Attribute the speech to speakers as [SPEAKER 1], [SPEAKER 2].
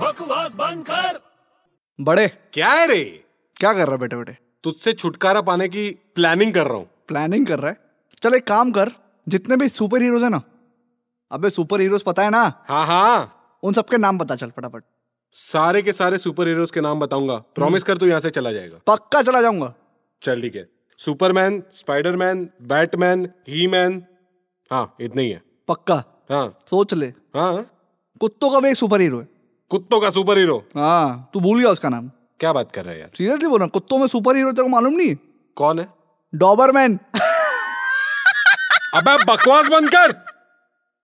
[SPEAKER 1] बकवास बंद कर
[SPEAKER 2] बड़े
[SPEAKER 3] क्या है रे
[SPEAKER 2] क्या कर रहा है बेटे बेटे
[SPEAKER 3] तुझसे छुटकारा पाने की प्लानिंग कर रहा हूँ
[SPEAKER 2] प्लानिंग कर रहा है चल एक काम कर जितने भी सुपर हीरोज हैं ना अबे सुपर हीरोज पता है ना
[SPEAKER 3] हाँ हाँ
[SPEAKER 2] उन सबके नाम पता चल फटाफट
[SPEAKER 3] सारे के सारे सुपर हीरोज के नाम बताऊंगा प्रॉमिस कर तू यहाँ से चला जाएगा
[SPEAKER 2] पक्का चला जाऊंगा
[SPEAKER 3] चल ठीक है Superman Spiderman Batman He-Man हाँ इतने ही है
[SPEAKER 2] पक्का
[SPEAKER 3] हाँ
[SPEAKER 2] सोच ले
[SPEAKER 3] हाँ
[SPEAKER 2] कुत्तों का भी एक सुपर हीरो है
[SPEAKER 3] कुत्तों का सुपर हीरो
[SPEAKER 2] हाँ तू भूल गया उसका नाम
[SPEAKER 3] क्या बात कर रहा है यार
[SPEAKER 2] सीरियसली बोल रहा हूँ, कुत्तों में सुपर हीरो तेरे को मालूम नहीं
[SPEAKER 3] कौन है
[SPEAKER 2] डॉबरमैन
[SPEAKER 3] अबे बकवास बंद कर